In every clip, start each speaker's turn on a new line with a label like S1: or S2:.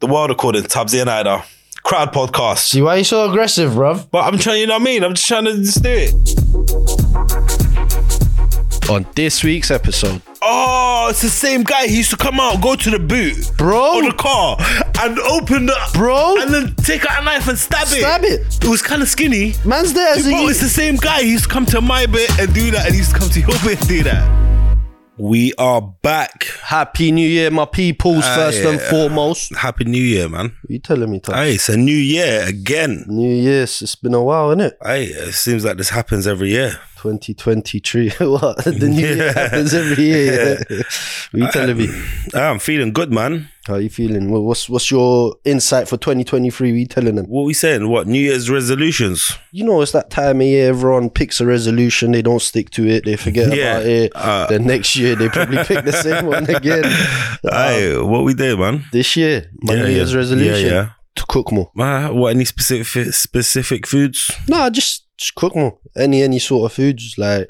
S1: the world according to Tabs and Ida. Crowd podcast.
S2: See why you so aggressive, bruv?
S1: But I'm trying, you know what I mean? I'm just trying to just do it.
S3: On this week's episode,
S1: Oh, it's the same guy. He used to come out, go to the boot or
S2: Bro,
S1: the car, and open the
S2: Bro.
S1: Oh, and then take out a knife and stab, it.
S2: Stab it.
S1: It was kind of skinny.
S2: man's there as
S1: Bro, it's
S2: a
S1: the same guy. He used to come to my bit and do that, and he used to come to your bit and do that. We are back.
S3: Happy New Year, my peoples, first and
S1: Ah, yeah.
S3: foremost.
S1: Happy New Year, man.
S3: What you telling me, Tom?
S1: Hey, it's a new year again.
S3: New Year's, it's been a while, innit?
S1: Hey, it seems like this happens every year.
S3: 2023. what? The New Year
S1: Yeah.
S3: happens every year. yeah. what you telling me?
S1: Ah, I'm feeling good, man.
S3: How you feeling? Wha- What's what's your insight for 2023? What you telling them?
S1: What we saying? What New Year's resolutions?
S3: You know, it's that time of year everyone picks a resolution, they don't stick to it, they forget
S1: Yeah,
S3: about it.
S1: uh.
S3: then next year they probably pick the same one again.
S1: Hey, what we do, man?
S3: This year, my
S1: Yeah,
S3: New Year's
S1: yeah.
S3: resolution
S1: Yeah, yeah.
S3: to cook more.
S1: Uh, what any specific specific foods?
S3: Nah, just, just cook more. Any any sort of foods. Like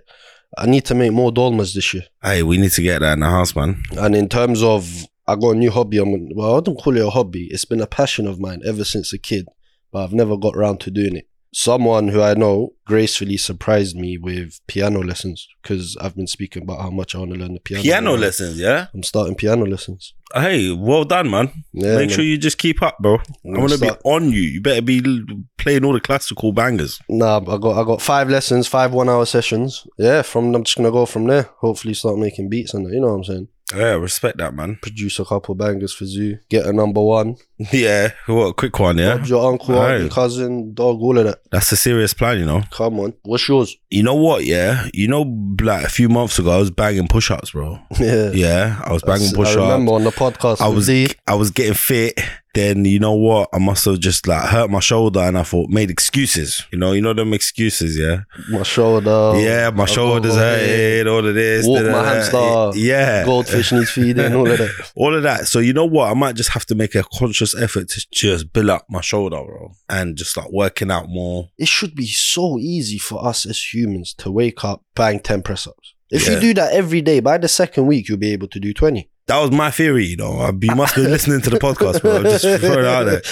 S3: I need to make more dolmas this year.
S1: Hey, we need to get that in the house, man.
S3: And in terms of I got a new hobby. I'm well, I don't call it a hobby. It's been a passion of mine ever since a kid, but I've never got round to doing it. Someone who I know gracefully surprised me with piano lessons because I've been speaking about how much I want to learn the piano.
S1: Piano lessons, yeah.
S3: I'm starting piano lessons.
S1: Hey, well done, man.
S3: Yeah,
S1: Make sure you just keep up, bro. I want to be
S3: start-
S1: on you. You better be l- playing all the classical bangers.
S3: Nah, I got I got five lessons, five one hour sessions. Yeah, from I'm just gonna go from there. Hopefully, start making beats and that, you know what I'm saying.
S1: Yeah, respect that, man.
S3: Produce a couple bangers for Zoo. Get a number one.
S1: Yeah, what a quick one, yeah.
S3: Rob your uncle,
S1: Aye.
S3: auntie, cousin, dog, all of that.
S1: That's a serious plan, you know.
S3: Come on, what's yours?
S1: You know what? Yeah, you know, like a few months ago, I was banging push-ups, bro.
S3: yeah.
S1: Yeah, I was banging
S3: I
S1: push-ups.
S3: remember on the podcast.
S1: I
S3: with
S1: was
S3: Lee,
S1: I was getting fit. Then you know what? I must have just like hurt my shoulder, and I thought made excuses. You know, you know them excuses, yeah.
S3: my shoulder.
S1: yeah, my
S3: I've
S1: shoulders
S3: got-
S1: hurting, all of this.
S3: Walk
S1: da, da,
S3: my
S1: da.
S3: hamster.
S1: Yeah,
S3: Goldfish needs feeding, all of that.
S1: all of that. So you know what? I might just have to make a conscious effort to just build up my shoulder, bro, and just like working out more.
S3: It should be so easy for us as humans to wake up, bang ten press ups. If
S1: Yeah.
S3: you do that every day, by the second week, you'll be able to do twenty.
S1: That was my theory, you know. I- You must be listening to the podcast, bro. Just throwing it out there.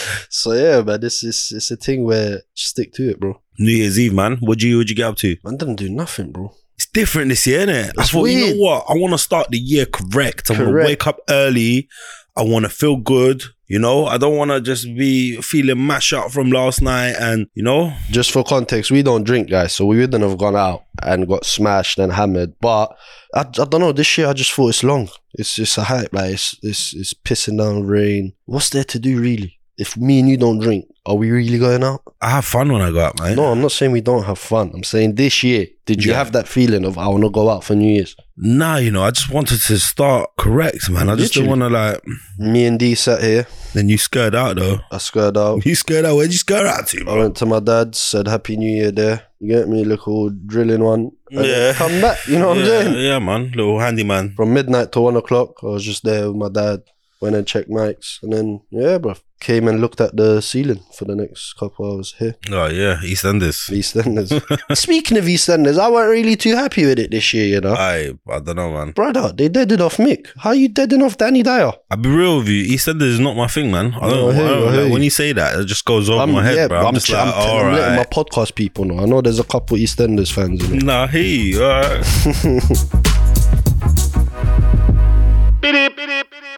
S3: So yeah, man, this is it's a thing where just stick to it, bro.
S1: New Year's Eve, man. What do you what you get up to?
S3: Man didn't do nothing, bro.
S1: It's different this year, innit? I
S3: It's
S1: thought, you
S3: weird.
S1: know what? I want to start the year correct. I want to
S3: Correct.
S1: wake up early. I want to feel good. You know, I don't want to just be feeling mashed up from last night. And you know,
S3: Just for context, we don't drink, guys, so we wouldn't have gone out and got smashed and hammered. But I, I don't know. This year, I just thought it's long. It's just a hype. Like it's it's it's pissing down rain. What's there to do really? If me and you don't drink, are we really going out?
S1: I have fun when I go out, man.
S3: No, I'm not saying we don't have fun. I'm saying this year, did you
S1: Yeah.
S3: have that feeling of I want to go out for New Year's?
S1: Nah, you know, I just wanted to start correct, man. I just didn't want to like.
S3: Me and D sat here.
S1: Then you scared out though.
S3: I squared out.
S1: You scared out. Where'd you scared out to,
S3: I
S1: bro?
S3: went to my dad's, said Happy New Year there. You get me, little drilling one. And
S1: Yeah.
S3: then Come back, you know what
S1: yeah,
S3: I'm saying?
S1: yeah, man, little handyman.
S3: From midnight to one o'clock, I was just there with my dad. Went and checked mics. And then, yeah, bruv. Came and looked at the ceiling for the next couple hours here.
S1: Oh yeah, EastEnders.
S3: EastEnders. Speaking of EastEnders, I weren't really too happy with it this year, you know.
S1: I I don't know, man.
S3: Brother, they deaded off Mick. How you deading off Danny Dyer?
S1: I'll be real with you. EastEnders is not my thing, man. I
S3: No,
S1: don't.
S3: I hear
S1: I
S3: you,
S1: don't
S3: I hear
S1: like,
S3: you.
S1: when you say that, it just goes over my head, bro. I'm, just
S3: ch-
S1: like,
S3: I'm
S1: all
S3: letting my
S1: right.
S3: podcast people know. I know there's a couple EastEnders fans in it.
S1: Nah, hey, all right.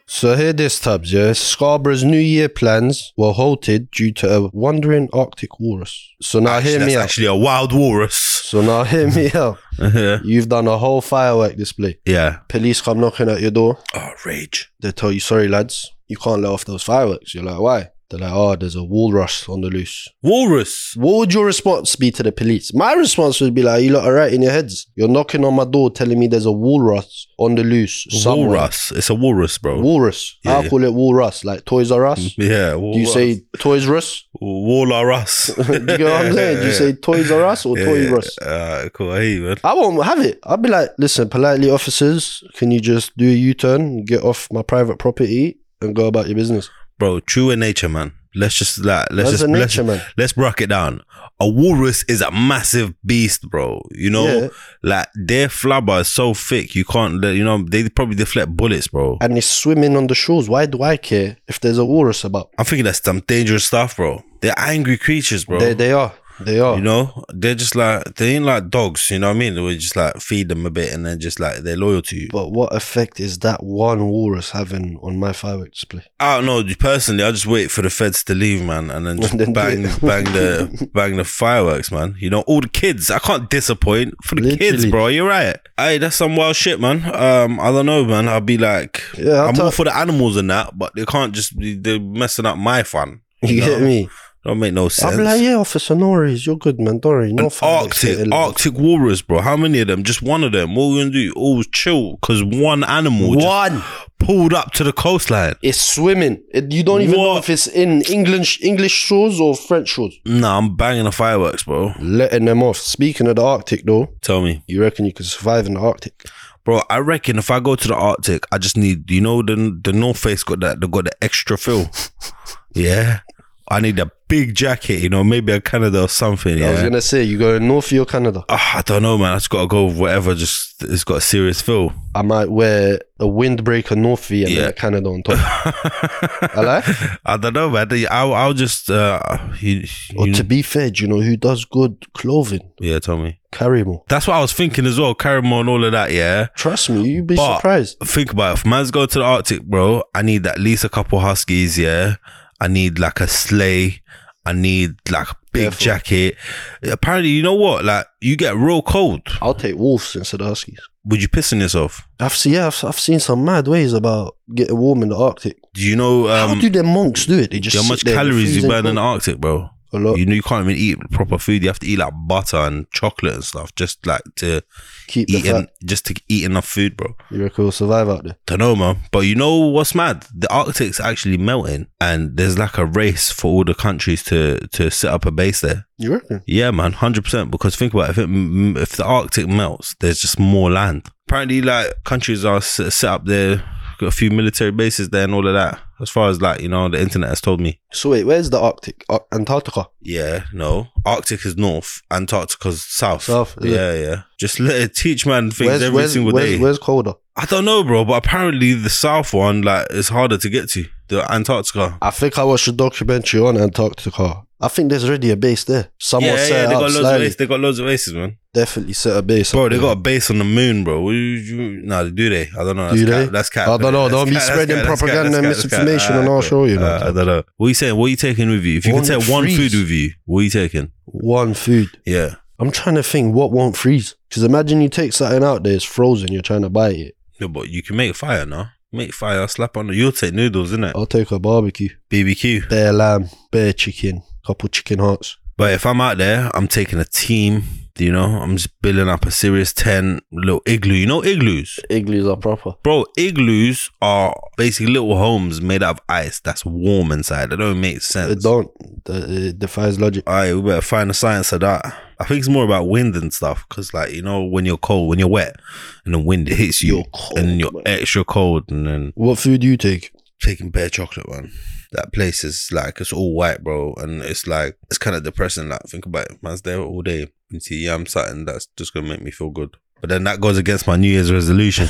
S3: So here this tabs, yeah. Scarborough's New Year plans were halted due to a wandering Arctic walrus. So now hear
S1: That's
S3: me out.
S1: actually a wild walrus.
S3: So now hear me out.
S1: yeah.
S3: You've done a whole firework display.
S1: yeah.
S3: Police come knocking at your door.
S1: Oh, rage.
S3: They tell you, sorry lads, you can't let off those fireworks. You're like, why? They're like, oh, there's a walrus on the loose.
S1: Walrus.
S3: What would your response be to the police? My response would be like, you lot are right in your heads. You're knocking on my door telling me there's a walrus on the loose somewhere.
S1: Walrus. It's a walrus, bro.
S3: Walrus.
S1: Yeah,
S3: I'll
S1: yeah.
S3: call it Walrus, like Toys R Us.
S1: yeah.
S3: Do you
S1: Walrus.
S3: say Toys Rus?
S1: walrus?
S3: Do you get what I'm saying? Do you say Toys R Us or
S1: Yeah,
S3: Toy
S1: yeah.
S3: Rus?
S1: Uh, cool. Hey, man.
S3: I won't have it. I'll be like, listen, politely, officers, can you just do a U turn, get off my private property, and go about your business?
S1: Bro, true in nature, man. Let's just like let's
S3: Man's
S1: just
S3: a
S1: let's,
S3: nature man.
S1: let's break it down. A walrus is a massive beast, bro. You know,
S3: Yeah.
S1: like their flubber is so thick you can't. You know, they probably deflect bullets, bro.
S3: And he's swimming on the shores. Why do I care if there's a walrus about?
S1: I'm thinking that's some dangerous stuff, bro. They're angry creatures, bro.
S3: They, they are. They are.
S1: you know, they're just like they ain't like dogs. You know what I mean? We just like feed them a bit, and then just like they're loyal to you.
S3: But what effect is that one walrus having on my firework display?
S1: I don't know. Personally, I just wait for the feds to leave, man, and then just
S3: Then do
S1: bang,
S3: it.
S1: bang the, bang the fireworks, man. You know, all the kids. I can't disappoint for the kids,
S3: Literally.
S1: bro. You're right. Hey, that's some wild shit, man. Um, I don't know, man. I'll be like,
S3: Yeah, I'll
S1: I'm all
S3: tell-
S1: for the animals and that, but they can't just be they're messing up my fun.
S3: You
S1: know?
S3: get me?
S1: Don't make no sense.
S3: I'm like, yeah, Officer Norris, you're good, man. Don't worry. No
S1: An
S3: fireworks hit
S1: Arctic,
S3: ill.
S1: Arctic walrus, bro. How many of them? Just one of them. What we gonna do? All chill, cause one animal just
S3: One
S1: pulled up to the coastline.
S3: is swimming. It- you don't even know
S1: What?
S3: if it's in English English shores or French shores.
S1: Nah, I'm banging the fireworks, bro.
S3: Letting them off. Speaking of the Arctic, though,
S1: Tell me.
S3: you reckon you can survive in the Arctic?
S1: Bro, I reckon if I go to the Arctic, I just need you know the the North Face got that they got the extra fill. yeah, I need a big jacket, you know, maybe a Canada or something.
S3: I was
S1: Yeah,
S3: gonna say you go north of your Canada.
S1: Ah, I don't know, man. I just gotta go with whatever. Just it's got a serious fill.
S3: I might wear a windbreaker north V and
S1: Yeah.
S3: then a Canada on top. I
S1: I don't know, man. I I'll just uh, you,
S3: Or
S1: you-
S3: to be fair, do you know who does good clothing?
S1: yeah, tell me.
S3: Carrymore.
S1: That's what I was thinking as well. Caramel and all of that. Yeah,
S3: Trust me, you'd be
S1: But-
S3: surprised.
S1: think about it. If man's go to the Arctic, bro, I need at least a couple huskies, yeah. I need like a sleigh. I need like a big
S3: Careful.
S1: jacket. Apparently, you know what? Like you get real cold.
S3: I'll take wolves instead of huskies.
S1: Would you piss on yourself?
S3: I've seen, yeah, I've, I've seen some mad ways about getting warm in the Arctic.
S1: Do you know
S3: How
S1: um
S3: do them monks do it? They just
S1: how
S3: sit
S1: much
S3: there in the
S1: calories you
S3: freezing
S1: burn in the
S3: cold. Oh.
S1: Arctic, bro?
S3: a lot.
S1: You know you can't even eat proper food. You have to eat like butter and chocolate and stuff just like to
S3: Keep the
S1: eat
S3: fat.
S1: en- just to eat enough food, bro.
S3: You reckon we'll survive out there?
S1: Don't know, man. But you know what's mad? The Arctic's actually melting, and there's like a race for all the countries to to set up a base there.
S3: You reckon?
S1: Yeah, man, hundred percent. Because think about it, if it, m- if the Arctic melts, there's just more land. Apparently, like countries are s- set up there, got a few military bases there and all of that. As far as like you know, the internet has told me.
S3: So wait, where's the Arctic? Ar- Antarctica.
S1: Yeah, no. Arctic is north, Antarctica's south.
S3: South, is it?
S1: yeah, yeah. Just let it teach man things
S3: where's,
S1: every
S3: where's,
S1: single
S3: where's,
S1: day.
S3: where's colder?
S1: I don't know, bro, but apparently the south one like is harder to get to. The Antarctica.
S3: I think I watched a documentary on Antarctica. I think there's already a base there. Someone
S1: yeah,
S3: set
S1: yeah, they
S3: it up
S1: got loads of
S3: slightly.
S1: bases. They got loads of bases, man.
S3: Definitely set a base.
S1: Bro,
S3: up
S1: they
S3: there.
S1: got a base on the moon, bro. What do you, you, no, do they? I don't know. That's
S3: Do
S1: cap,
S3: they?
S1: That's cap.
S3: I don't know.
S1: That's
S3: Don't be
S1: cap, that's
S3: spreading
S1: cap, that's cap,
S3: propaganda
S1: that's
S3: and
S1: cap, that's cap.
S3: misinformation on
S1: Ah,
S3: our
S1: cool.
S3: show, you know.
S1: Ah, I don't know. What are you saying? What are you taking with you? If you
S3: One
S1: can take one
S3: freeze.
S1: food with you, what are you taking?
S3: One food.
S1: Yeah.
S3: I'm trying to think what won't freeze. Because imagine you take something out there, it's frozen, you're trying to buy it.
S1: No, but you can make fire, no? Make fire, slap on. You'll take noodles, innit?
S3: I'll take a barbecue.
S1: BBQ.
S3: Bear lamb, bear chicken, couple chicken hearts.
S1: But if I'm out there, I'm taking a team. You know, I'm just building up a serious ten little igloo. You know igloos,
S3: Igloos are proper.
S1: bro. Igloos are basically little homes made out of ice that's warm inside. That don't make
S3: It
S1: sense.
S3: don't. Th- It defies logic.
S1: All right, we better find the science of that. I think it's more about wind and stuff, cause like you know when you're cold, when you're wet, and the wind hits you,
S3: You're cold,
S1: and you're
S3: man.
S1: extra cold, and then
S3: What food do you take?
S1: taking bare chocolate, man. That place is like it's all white, bro, and it's like it's kind of depressing. Like think about it, man's there all day. You see, yeah, I'm something that's just gonna make me feel good. But then that goes against my New Year's resolution,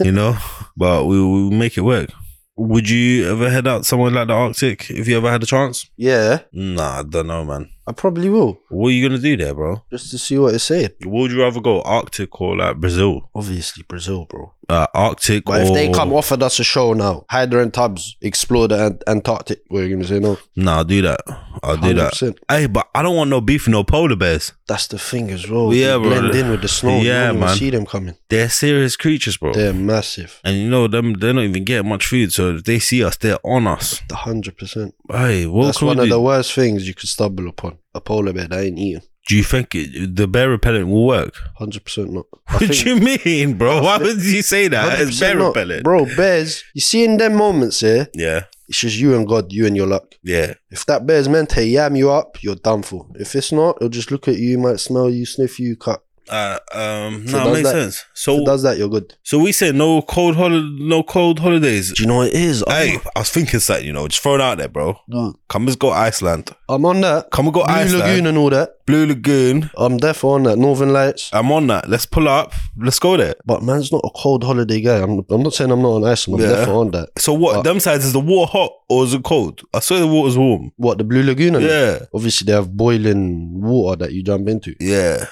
S1: you know. But we we make it work. Would you ever head out somewhere like the Arctic if you ever had a chance?
S3: yeah,
S1: Nah, I don't know, man.
S3: I probably will.
S1: What are you gonna do there, bro?
S3: Just to see what it's saying.
S1: Where would you rather go, Arctic or like Brazil?
S3: Obviously, Brazil, bro.
S1: Uh, Arctic
S3: But
S1: or
S3: if they come offered us a show now, Hydra and Tubbs explore the Ant- Antarctic, we're going to say no.
S1: Nah, I'll do that. I'll do that.
S3: 100%.
S1: Hey, but I don't want no beef, with no polar bears.
S3: That's the thing as well.
S1: Yeah,
S3: Yeah, they
S1: bro.
S3: blend in with the snow.
S1: Yeah,
S3: Yeah, you don't
S1: man.
S3: even see them coming.
S1: They're serious creatures, bro.
S3: They're massive.
S1: and you know them they don't even get much food so if they see us they're on us
S3: The hundred percent.
S1: hey what
S3: That's
S1: can we
S3: one of
S1: do
S3: the worst things you could stumble upon. A polar bear that ain't eating.
S1: do you think it, the bear repellent will work
S3: Hundred percent not. I
S1: what
S3: think-
S1: do you mean bro why would you say that it's
S3: 100%
S1: bear
S3: not.
S1: repellent
S3: Bro, bears, you see in them moments here,
S1: yeah
S3: it's just you and God, you and your luck.
S1: yeah
S3: If that bear's meant to yam you up, you're done for. If it's not, it'll just look at you, might smell you, sniff you, cut.
S1: Uh, um,
S3: So
S1: no,
S3: does
S1: it makes
S3: that-
S1: sense. So,
S3: If it does that, you're good.
S1: so we say no cold hol- no cold holidays.
S3: Do you know what it is? I'm,
S1: Hey, I was thinking something, you know, just throw it out there, bro.
S3: No.
S1: Come, let's go Iceland.
S3: I'm on that.
S1: Come, we go
S3: Blue
S1: Iceland.
S3: Lagoon and all that.
S1: Blue Lagoon.
S3: I'm definitely on that. Northern Lights.
S1: I'm on that. Let's pull up. Let's go there.
S3: But man's not a cold holiday guy. I'm, I'm not saying I'm not on Iceland. I'm
S1: Yeah.
S3: definitely on that.
S1: So what?
S3: What?
S1: Them sides is the water hot or is it cold? I swear the water's warm.
S3: What, the Blue Lagoon? And
S1: Yeah,
S3: Obviously, they have boiling water that you jump into.
S1: yeah.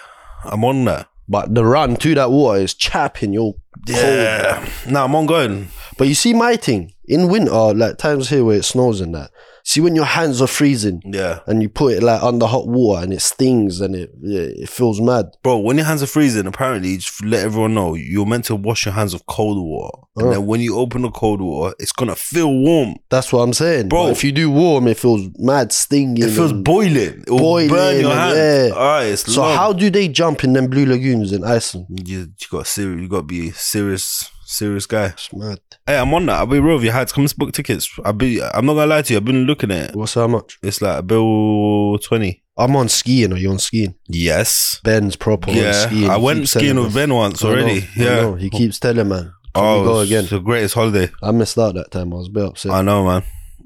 S1: I'm on that.
S3: But the run to that water is chapping your
S1: Yeah. Nah, I'm on going.
S3: But you see my thing in winter, like times here where it snows and that. See when your hands are freezing
S1: Yeah,
S3: and you put it like under hot water and it stings and it yeah, it feels mad.
S1: bro. When your hands are freezing, apparently you just let everyone know you're meant to wash your hands with cold water, and
S3: Oh.
S1: then when you open the cold water, it's gonna feel warm.
S3: That's what I'm saying.
S1: Bro.
S3: But if you do warm, it feels mad stinging.
S1: It feels
S3: and-
S1: boiling. It will
S3: Boiling,
S1: burn your hand.
S3: yeah.
S1: All right, it's
S3: so
S1: long.
S3: how do they jump in them blue lagoons in Iceland?
S1: you, you got serious. You got to be serious, serious guy.
S3: It's mad.
S1: Hey, I'm on that. I'll be real with you. Had come let's book tickets. I'll be. I'm not gonna lie to you. I've been looking at it.
S3: What's how much?
S1: It's like a bill twenty.
S3: I'm on skiing. Are you on skiing?
S1: Yes.
S3: Ben's proper on
S1: Yeah,
S3: skiing.
S1: I
S3: He
S1: went
S3: keeps telling
S1: skiing with
S3: us.
S1: Ben once
S3: I know,
S1: already.
S3: I
S1: yeah.
S3: know. he keeps telling man. Can
S1: Oh,
S3: we go
S1: it's
S3: again?
S1: the greatest holiday.
S3: I missed out that time. I was a bit upset.
S1: I know, man.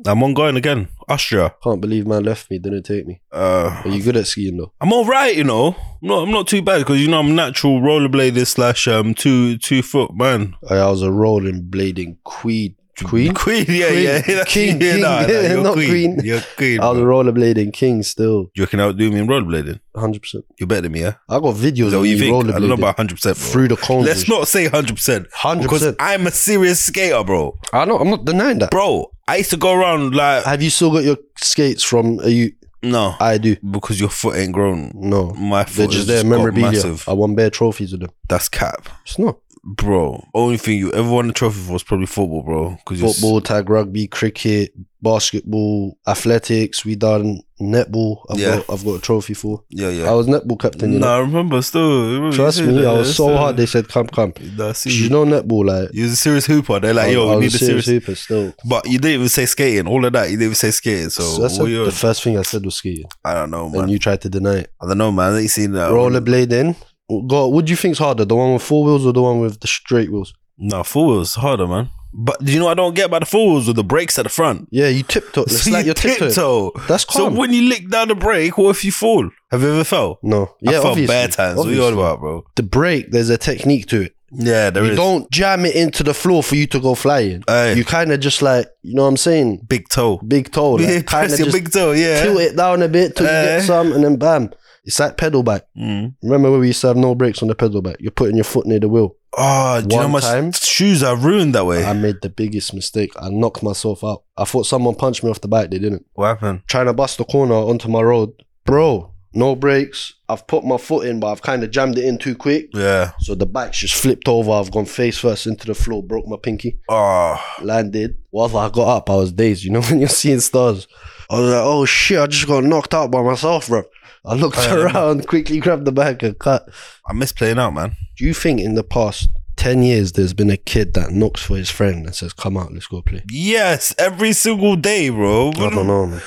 S1: I'm on going again. Austria.
S3: Can't believe man left me. Didn't take me.
S1: Uh,
S3: Are you good at skiing though?
S1: I'm all right, you know. I'm not, I'm not too bad because you know I'm natural rollerblader slash um two two foot man.
S3: I, I was a rolling blading queen. Queen?
S1: Queen, yeah,
S3: Queen.
S1: yeah, yeah.
S3: King,
S1: yeah, nah,
S3: king.
S1: nah, you're
S3: Not queen.
S1: You're queen.
S3: I was a
S1: bro.
S3: rollerblading king still.
S1: You can outdo me in rollerblading.
S3: 100%.
S1: You're better than me, yeah.
S3: I got videos
S1: Is that
S3: of
S1: what you
S3: me
S1: think? I don't know
S3: rollerblading
S1: about 100. percent
S3: through the cones.
S1: Let's not say 100 percent
S3: 100%.
S1: because I'm a serious skater, bro.
S3: I know, I'm not denying that.
S1: Bro, I used to go around like
S3: Have you still got your skates from are you?
S1: no
S3: I do.
S1: because your foot ain't grown.
S3: No.
S1: My
S3: They're
S1: foot
S3: just
S1: is
S3: there,
S1: just got
S3: memorabilia.
S1: massive.
S3: I won bare trophies with them.
S1: That's cap.
S3: It's not.
S1: bro. Only thing you ever won a trophy for was probably football, bro. Because
S3: Football, tag rugby, cricket, basketball, athletics. We done netball. I've,
S1: Yeah.
S3: got, I've got a trophy for.
S1: yeah,
S3: I
S1: yeah.
S3: was netball captain. You
S1: no,
S3: know?
S1: I remember still. I remember
S3: Trust
S1: you said
S3: me, I
S1: that,
S3: was so
S1: still.
S3: hard. They said, come, come.
S1: Nah, I see
S3: 'Cause You
S1: you.
S3: know netball, like.
S1: You was a serious hooper. They're like,
S3: I-
S1: yo,
S3: I
S1: we
S3: was
S1: need a serious.
S3: hooper still.
S1: But you didn't even say skating, all of that. You didn't even say skating. So,
S3: So that's
S1: what
S3: the-
S1: you-
S3: the first thing I said was skiing,
S1: I don't know, man.
S3: and you tried to deny it.
S1: I don't know, man. I ain't seen that.
S3: Rollerblading. God, what do you think's harder, the one with four wheels or the one with the straight wheels?
S1: No, four wheels harder, man. But do you know what I don't get about the four wheels with the brakes at the front?
S3: Yeah, you tiptoe. It's
S1: So
S3: like
S1: you
S3: your tiptoe.
S1: tiptoe.
S3: That's
S1: So
S3: calm.
S1: when you lick down the brake, what if you fall? Have you ever fell?
S3: no,
S1: I
S3: yeah,
S1: fell
S3: obviously.
S1: bare times.
S3: obviously.
S1: What are you on about, bro?
S3: The brake, there's a technique to it.
S1: Yeah, there is
S3: you don't jam it into the floor for you to go flying.
S1: Aye.
S3: You kind of just like, you know what I'm saying?
S1: Big toe.
S3: Big toe, like,
S1: yeah,
S3: kind
S1: press
S3: of
S1: your
S3: just
S1: big toe, yeah.
S3: tilt it down a bit till you get
S1: Aye.
S3: some, and then bam, it's like pedal bike.
S1: Mm.
S3: Remember when we used to have no brakes on the pedal bike? You're putting your foot near the wheel.
S1: Oh, do you know how
S3: One
S1: much
S3: time-
S1: shoes are ruined that way?
S3: I made the biggest mistake. I knocked myself out. I thought someone punched me off the bike. They didn't.
S1: what happened?
S3: Trying to bust the corner onto my road. Bro, no brakes. I've put my foot in, but I've kind of jammed it in too quick.
S1: Yeah.
S3: So the bike's just flipped over. I've gone face first into the floor, broke my pinky,
S1: Oh,
S3: landed. Whilst I got up, I was dazed. You know, when you're seeing stars, I was like, oh shit, I just got knocked out by myself, bro. I looked
S1: Um.
S3: around, quickly grabbed the bike and cut.
S1: I miss playing out, man.
S3: Do you think in the past 10 years there's been a kid that knocks for his friend and says, come out, let's go play?
S1: Yes, every single day, bro. What,
S3: I don't know, man.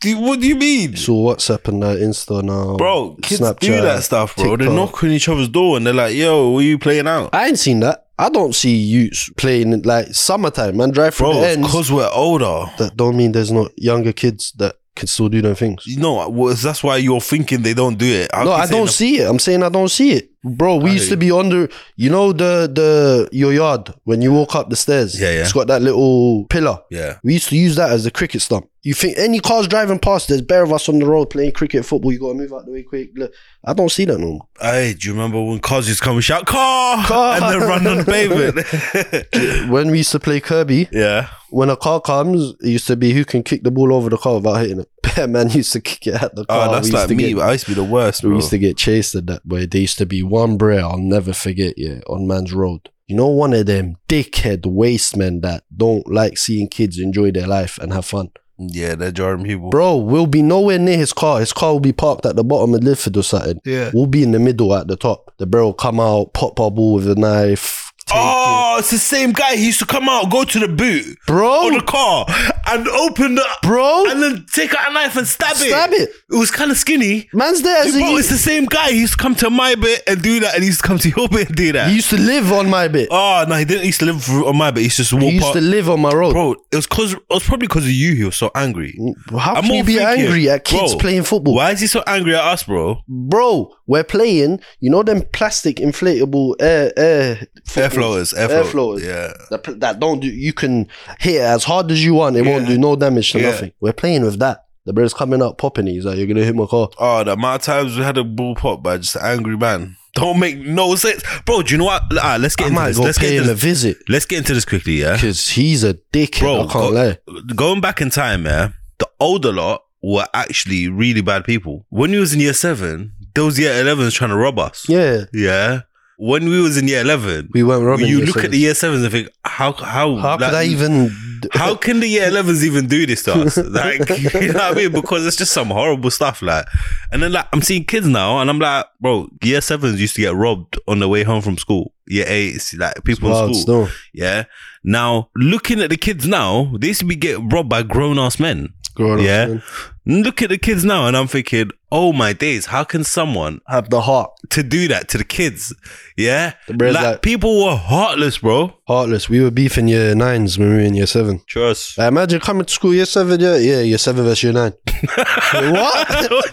S1: do you- what do you mean?
S3: So WhatsApp and uh, Insta now.
S1: Bro, kids do
S3: Snapchat,
S1: that stuff, bro. They
S3: TikTok.
S1: knock on each other's door and they're like, yo, were you playing out?
S3: I ain't seen that. I don't see youths playing it like summertime and drive through
S1: Bro,
S3: the ends.
S1: because we're older.
S3: That don't mean there's not younger kids that can still do them things.
S1: You know, well, that's why you're thinking they don't do it. How
S3: no,
S1: can you
S3: I
S1: say
S3: don't
S1: no-
S3: see it. I'm saying I don't see it, bro. We
S1: I
S3: used
S1: hear
S3: to be under, you know, the the your yard when you walk up the stairs.
S1: Yeah, yeah.
S3: It's got that little pillar.
S1: Yeah.
S3: We used to use that as the cricket stump. You think any cars driving past? There's bare of us on the road playing cricket, football. You gotta move out the way quick. Look, I don't see that no more.
S1: Hey, do you remember when cars used to come and shout, car!
S3: Car!
S1: And then run on the pavement?
S3: When we used to play Kirby,
S1: yeah.
S3: when a car comes, it used to be who can kick the ball over the car without hitting it. Bear man used to kick it at the
S1: Oh,
S3: car.
S1: that's
S3: We used
S1: like
S3: to
S1: me.
S3: get-
S1: but I used to be the worst,
S3: we
S1: bro.
S3: used to get chased at that way. There used to be one brer I'll never forget, yeah, on man's road. You know, one of them dickhead waste men that don't like seeing kids enjoy their life and have fun.
S1: Yeah, they're jarring people.
S3: Bro, we'll be nowhere near his car. His car will be parked at the bottom of Lidford or something.
S1: Yeah.
S3: We'll be in the middle at the top. The bro will come out, pop our ball with a knife, take
S1: Oh, it's the same guy. He used to come out, go to the boot or
S3: Bro,
S1: oh, the car, and open the
S3: bro,
S1: and then take out a knife and Oh. stab, it.
S3: stab it.
S1: It was kind of skinny.
S3: Man's there as
S1: Bro, it's
S3: a.
S1: the same guy. He used to come to my bit and do that, and he used to come to your bit and do that.
S3: He used to live on my bit.
S1: oh no, he didn't. He used to live on my bit. He used to just
S3: He
S1: walk
S3: used
S1: past.
S3: to live on my road.
S1: Bro, it was cause it was probably because of you. He was so angry.
S3: How
S1: I'm
S3: can you
S1: all
S3: be
S1: thinking,
S3: angry at kids
S1: bro,
S3: playing football?
S1: Why is he so angry at us, bro?
S3: Bro, we're playing, you know, them plastic inflatable air, air,
S1: Air
S3: footballs?
S1: floaters, air,
S3: Air
S1: float-
S3: floaters.
S1: Yeah,
S3: that, that don't do you can hit it as hard as you want it won't do no damage to
S1: Yeah.
S3: nothing we're playing with that the bird's coming out popping it. he's like you're gonna hit my car
S1: Oh, the amount of times we had a ball pop by just an angry man. Don't make no sense, bro. Do you know what? Ah, let's get
S3: I
S1: into
S3: might
S1: this.
S3: go
S1: Let's get
S3: pay him
S1: into
S3: a
S1: this.
S3: visit
S1: Let's get into this quickly, yeah.
S3: because he's a dickhead
S1: Bro,
S3: I can't
S1: go-
S3: lie
S1: Going back in time, yeah. The older lot were actually really bad people. When we was in year seven, those year 11s trying to rob us.
S3: yeah
S1: Yeah? When we was in year eleven,
S3: we weren't robbing
S1: you
S3: this
S1: look
S3: thing.
S1: at the year sevens and think, how how
S3: how
S1: like,
S3: could I even
S1: How can the year 11s even do this to us? Like, you know what I mean? Because it's just some horrible stuff. Like, and then like I'm seeing kids now, and I'm like, bro, year sevens used to get robbed on the way home from school. Year eights, like people in
S3: Wild
S1: school.
S3: snow.
S1: Yeah. Now looking at the kids now, they used to be get robbed by grown ass men.
S3: Grown ups,
S1: Yeah.
S3: man.
S1: Look at the kids now, and I'm thinking, oh my days, how can someone
S3: have the heart
S1: to do that to the kids? Yeah.
S3: The bread's
S1: like,
S3: like-
S1: people were heartless, bro.
S3: heartless we were beefing year nines when we were in year seven
S1: Trust.
S3: like, imagine coming to school year seven yeah yeah year seven versus year nine what
S1: what?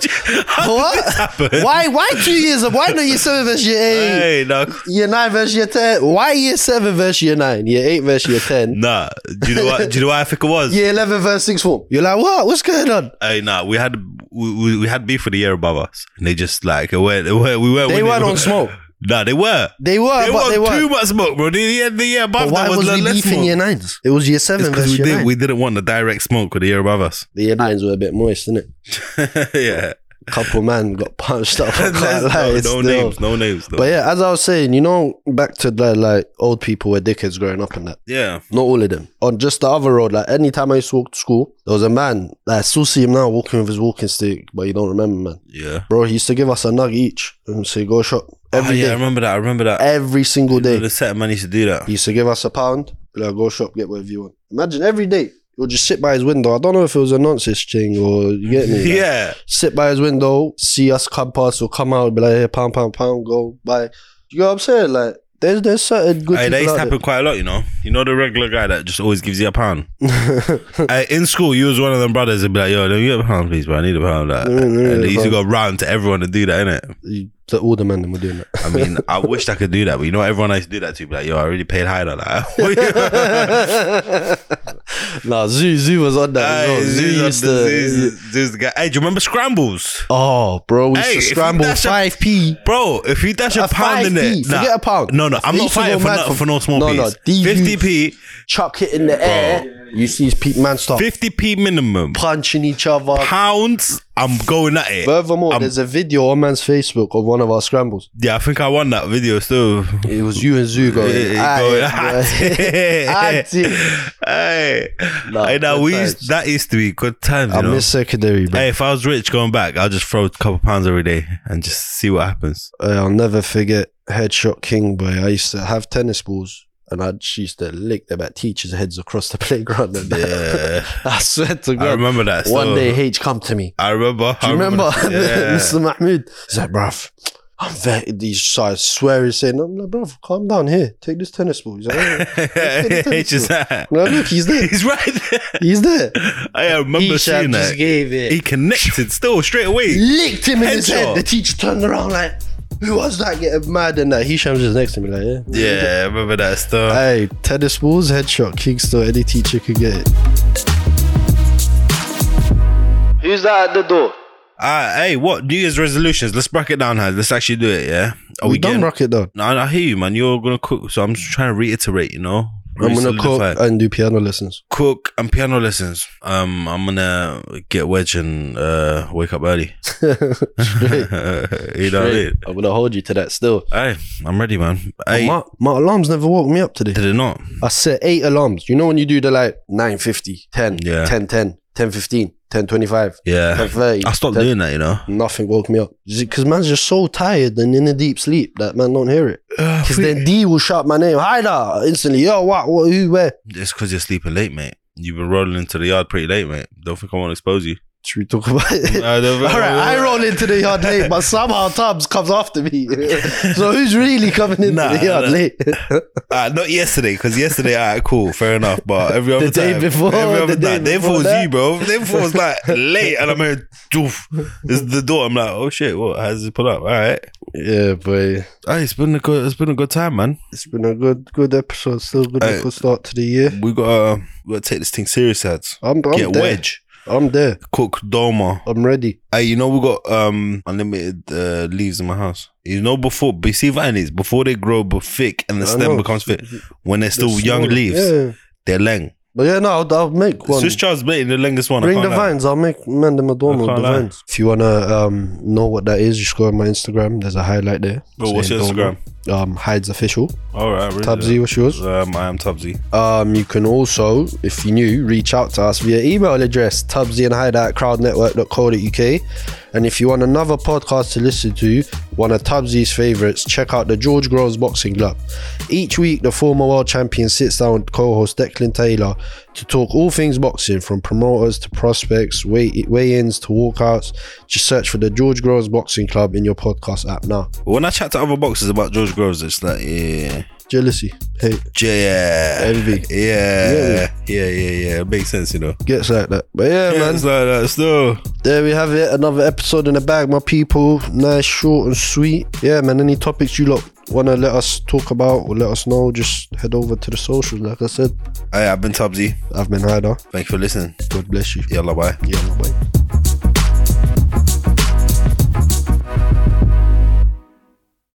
S3: what
S1: happened?
S3: why why two years why not year seven versus year
S1: Hey,
S3: eight
S1: no,
S3: year nine versus year ten. Why year seven versus year nine? Year eight versus year ten.
S1: nah. Do you know what? Do you know what I think it was?
S3: year eleven versus sixth form. You're like, what? What's going on?
S1: Hey, nah. We had we, we, we had beef for the year above us, and they just like it went, it went, we were
S3: They weren't on smoke.
S1: Nah, they were.
S3: They were,
S1: They
S3: but
S1: were
S3: they were.
S1: too much smoke, bro. The year, the year above
S3: But why
S1: that was,
S3: was, we
S1: less
S3: beefing
S1: smoke.
S3: year nines? It was year seven
S1: It's 'cause
S3: versus
S1: we
S3: year
S1: did
S3: nine.
S1: we didn't want the direct smoke with the year above us.
S3: the year nines were a bit moist, didn't it?
S1: yeah.
S3: Couple man got punched up. I can't
S1: Let's-
S3: lie,
S1: no,
S3: it's
S1: no
S3: still-
S1: names, no names. Though.
S3: But yeah, as I was saying, you know, back to the like old people were dickheads growing up and that.
S1: yeah.
S3: Not all of them. On just the other road, like anytime I used to walk to school, there was a man. Like, I still see him now walking with his walking stick, but you don't remember, man.
S1: Yeah.
S3: Bro, he used to give us a nug each and say, go shop
S1: oh,
S3: every
S1: yeah,
S3: day.
S1: I remember that. I remember that.
S3: every single day.
S1: The set man used to do that.
S3: He used to give us a pound, be like, go shop, get whatever you want. Imagine every day, he'll just sit by his window. I don't know if it was a nonsense thing or you get me. like,
S1: Yeah.
S3: sit by his window, see us come past, he'll come out, be like, hey, pound, pound, pound, go buy. You know what I'm saying? Like, there's there's certain good
S1: Hey, that
S3: people
S1: used to
S3: out
S1: happen quite a lot, you know. You know the regular guy that just always gives you a pound. Hey, in school, you was one of them brothers that'd be like, "Yo, let me get a pound, please, bro. I need a pound." Like,
S3: Mm,
S1: and
S3: yeah,
S1: they used to
S3: bro.
S1: go round to everyone to do that, innit?
S3: there. The older men them were doing that.
S1: I mean, I wished I could do that, but you know, everyone I used to do that to be like, "Yo, I really paid high on that."
S3: nah, Zoo, Zoo was on that. as well.
S1: Hey,
S3: Zoo
S1: Zeus
S3: used
S1: the-
S3: to.
S1: Zeus- Zeus the guy. Hey, do you remember scrambles,
S3: Oh, bro, we used
S1: Hey,
S3: to
S1: if you
S3: scramble
S1: dash a-
S3: 5p.
S1: bro? If you dash a,
S3: A
S1: pound in
S3: 5p,
S1: it, nah.
S3: forget a pound.
S1: No, no, I'm
S3: They
S1: not
S3: used to go
S1: fighting for
S3: mad
S1: no,
S3: for-
S1: for no small
S3: No, no,
S1: piece.
S3: these-
S1: Fifty p,
S3: chuck it in the air. You see his peak man start
S1: fifty p minimum.
S3: punching each other.
S1: Pounds, I'm going at it.
S3: Furthermore, there's a video on man's Facebook of one of our scrambles.
S1: Yeah, I think I won that video still.
S3: It was you and Zoo going.
S1: Yeah,
S3: Oh, "Aye,
S1: go
S3: bro."
S1: at it. Hey,
S3: Nah,
S1: hey, now
S3: good
S1: we
S3: times.
S1: used, that used to be good times. You
S3: I
S1: know?
S3: miss secondary, bro.
S1: hey, if I was rich going back, I'll just throw a couple pounds every day and just see what happens.
S3: Uh, I'll never forget Headshot King, boy. I used to have tennis balls. And I just used to lick them at teachers' heads across the playground. And
S1: Yeah,
S3: I swear to
S1: I
S3: God,
S1: remember that.
S3: one
S1: still.
S3: day H come to me.
S1: I remember.
S3: Do
S1: I
S3: you remember,
S1: Yeah.
S3: Mr. Mahmood? He's like, bruv, I'm vetted these sides. Swear he's saying, I'm like, bruv, calm down here. Take this tennis ball. He's like, "Oh."
S1: It's just that.
S3: no, look, he's there.
S1: He's right there.
S3: He's there.
S1: I remember
S3: Isham
S1: seeing that.
S3: gave it.
S1: He connected still straight away.
S3: licked him in his
S1: Headshot.
S3: head. The teacher turned around like, who was that getting mad and that? Hisham's just next to me like, yeah.
S1: Yeah, I remember that stuff.
S3: Hey, tennis balls, headshot, Kingston, any teacher could get it. Who's that at the door?
S1: Ah, hey, what New Year's resolutions? Let's break it down, Hans. Let's actually do it. Yeah, are
S3: we
S1: we,
S3: done
S1: getting?
S3: rock it down.
S1: No, I hear you, man. You're gonna cook, so I'm just trying to reiterate. You know,
S3: I'm gonna
S1: Re-solidify.
S3: cook and do piano lessons.
S1: cook and piano lessons. Um, I'm gonna get wedge and uh, wake up early. you know what I mean?
S3: I'm gonna hold you to that still.
S1: Hey, I'm ready, man. Hey,
S3: My, my alarms never woke me up today.
S1: did it not?
S3: I set eight alarms. You know when you do the like 9.50, 10,
S1: Yeah.
S3: 10, 10, 10, 15, ten twenty five,
S1: Yeah.
S3: ten thirty.
S1: I stopped doing that, you know.
S3: Nothing woke me up because man's just so tired and in a deep sleep that man don't hear it.
S1: Uh,
S3: Because then D will shout my name, hi there, instantly. Yo, what, what, who, where?
S1: It's because you're sleeping late, mate. You've been rolling into the yard pretty late, mate. Don't think I want to expose you.
S3: Should we talk about it?
S1: I don't-
S3: All right, I roll into the yard late, but somehow Tubbs comes after me. so who's really coming into
S1: Nah,
S3: the yard
S1: nah.
S3: late?
S1: Uh, not yesterday, because yesterday, all right, cool, fair enough. But every other
S3: day
S1: time,
S3: before,
S1: every
S3: the
S1: other
S3: day
S1: time, day
S3: before
S1: before was
S3: that.
S1: you, bro. Day before was like late, and I'm here, doof. This is the door. I'm like, oh shit, what? How's it put up? All right,
S3: yeah, boy.
S1: hey, it's been a good, it's been a good time, man.
S3: It's been a good good episode. Still good,
S1: Hey.
S3: good start to the year.
S1: We got, to we got to take this thing serious, lads.
S3: I'm, I'm
S1: Get
S3: there.
S1: wedge,
S3: I'm there.
S1: cook doma.
S3: I'm ready.
S1: Hey, you know we got um unlimited uh, leaves in my house. You know before, but you see vines before they grow but thick and the
S3: I
S1: stem
S3: know.
S1: becomes thick. When they're still
S3: There's
S1: young
S3: smaller-
S1: leaves,
S3: Yeah.
S1: they're lang.
S3: But yeah, no, I'll, I'll make one.
S1: Swiss Charles Blade, the longest one. I
S3: Bring
S1: can't
S3: the
S1: lie.
S3: vines. I'll make man them a dorm
S1: I
S3: with
S1: can't
S3: the
S1: lie.
S3: vines. If you wanna um know what that is, just go on my Instagram. There's a highlight there.
S1: Bro, what's
S3: saying
S1: your
S3: Dormo. Um, hides official.
S1: All right, really.
S3: Tubbsy, what's yours?
S1: Um, I am Tubbsy.
S3: Um, you can also, if you're new, reach out to us via email address tubsy and hide at crowdnetwork.co.uk. And if you want another podcast to listen to, one of Tubbsy's favourites, check out the George Groves Boxing Club. Each week, the former world champion sits down with co host Declan Taylor to talk all things boxing from promoters to prospects, weigh- weigh ins to walkouts. Just search for the George Groves Boxing Club in your podcast app now.
S1: When I chat to other boxers about George Groves, it's like, yeah,
S3: Jealousy. Hey,
S1: yeah,
S3: Envy.
S1: yeah, yeah, yeah, yeah. It makes sense, you know.
S3: gets like that. But yeah
S1: Yeah,
S3: man.
S1: it's like that still.
S3: There we have it, another episode in the bag, my people. Nice, short, and sweet. Yeah, man. Any topics you lot wanna let us talk about or let us know, just head over to the socials. Like I said,
S1: Hey, I've been Tubbsy.
S3: I've been Hyder.
S1: Thank you for listening.
S3: God bless you.
S1: Yalla, bye.
S3: Yeah, my boy.